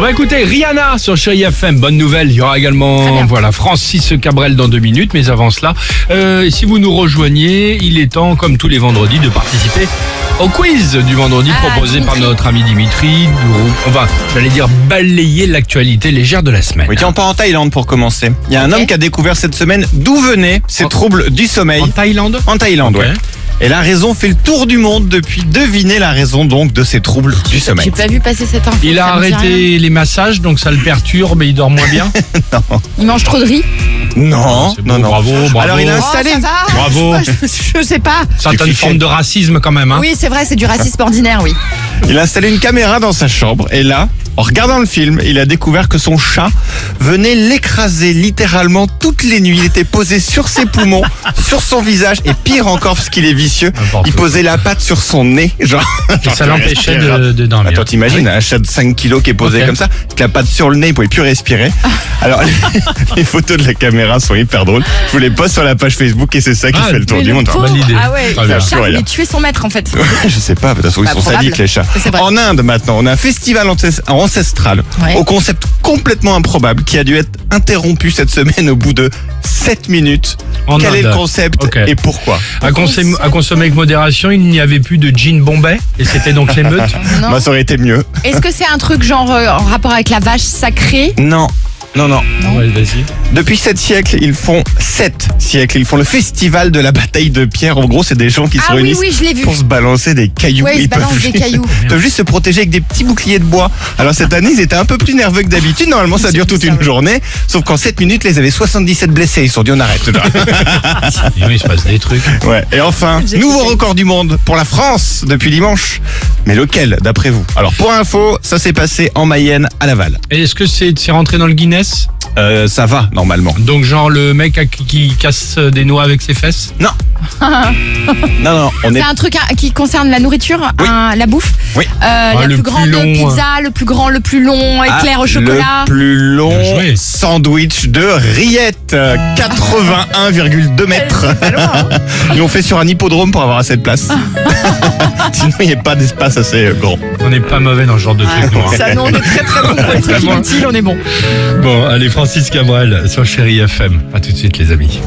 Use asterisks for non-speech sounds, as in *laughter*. va écouter Rihanna sur Chérie FM. Bonne nouvelle. Il y aura également voilà Francis Cabrel dans deux minutes. Mais avant cela, euh, si vous nous rejoignez, il est temps, comme tous les vendredis, de participer au quiz du vendredi Ah, proposé par Dimitri. notre ami Dimitri. Nous- On va, j'allais dire, balayer l'actualité légère de la semaine. Oui, tiens, on part en Thaïlande pour commencer. Il y a un Ok. homme qui a découvert cette semaine d'où venaient ces En- troubles du sommeil En Thaïlande en Thaïlande. Ok. ouais. Et la raison fait le tour du monde depuis deviner la raison donc de ces troubles du sommeil. J'ai pas vu passer cette info. Il a ça me dit rien. arrêté les massages, donc ça le perturbe et il dort moins *laughs* bien. Il mange trop de riz. Non, Ah, C'est non, beau, non. Bravo, bravo. Alors, il a- Installé. Oh, ça va. *laughs* Bravo. Je, je- je sais pas. Certaines C'est formes de racisme quand même. Hein. Oui, c'est vrai, c'est du racisme ordinaire, oui. Il a installé une caméra dans sa chambre et là, en regardant le film, il a découvert que son chat venait l'écraser littéralement toutes les nuits. Il était posé sur ses poumons, *laughs* sur son visage et pire encore parce qu'il est vicieux, N'importe il quoi. posait la patte sur son nez. Genre, Et ça l'empêchait de, de dormir. Attends, t'imagines, un chat de 5 kilos qui est posé Ok. comme ça, avec la patte sur le nez, il pouvait *laughs* plus respirer. Alors, les photos de la caméra sont hyper drôles. Je vous les poste sur la page Facebook et c'est ça qui Ah, fait le tour Mais du le monde. hein. pauvre. Bonne idée. Ah ouais, Très le bien. chat Plus rien. voulait tuer son maître en fait. Je sais pas, de toute façon, ils Bah, sont probable. sadiques, les chats. C'est vrai. En Inde, maintenant, on a un festival ances- ancestral Ouais. au concept complètement improbable qui a dû être interrompu cette semaine au bout de 7 minutes. En Quel est le Inde. concept Ok. et pourquoi À, consommer, à consommer avec modération, il n'y avait plus de jean Bombay et c'était donc *laughs* l'émeute. Non. Bah, Ça aurait été mieux. Est-ce que c'est un truc genre euh, en rapport avec la vache sacrée Non, non, non. Ah Ouais, vas-y. Depuis sept siècles, ils font sept siècles. Ils font le festival de la bataille de pierre. En gros, c'est des gens qui se Ah oui, réunissent oui, je l'ai vu. pour se balancer des cailloux. Ouais, ils se balancent peuvent, des cailloux. *laughs* ils peuvent juste se protéger avec des petits boucliers de bois. Alors cette année, ils étaient un peu plus nerveux que d'habitude. Normalement, ça dure toute une journée. Sauf qu'en 7 minutes, les avaient 77 blessés. Ils se sont dit, on arrête. *laughs* là. Et Eh oui, il se passe des trucs. ouais. Et enfin, nouveau record du monde pour la France depuis dimanche. Mais lequel, d'après vous Alors pour info, ça s'est passé en Mayenne à Laval. Et est-ce que c'est c'est rentré dans le Guinness Euh, ça va, normalement. Donc genre le mec à- qui, qui casse des noix avec ses fesses Non. non, non, on est C'est un truc hein, qui concerne la nourriture, Oui. hein, la bouffe. Oui. Euh, la le plus plus grande long, pizza, le plus grand, le plus long, éclair au chocolat. Ah, Le plus Bien long joué. sandwich de rillettes. euh, 81,2 mètres. hein. Nous on fait sur un hippodrome pour avoir assez de *laughs* place. Sinon il n'y a pas d'espace assez euh, grand. On n'est pas mauvais dans ce genre de trucs. nous, hein. Ça, non, on est très très bon pour les trucs inutiles, on est bon. Bon, allez, Francis Cabrel sur Chéri FM. À tout de suite, les amis.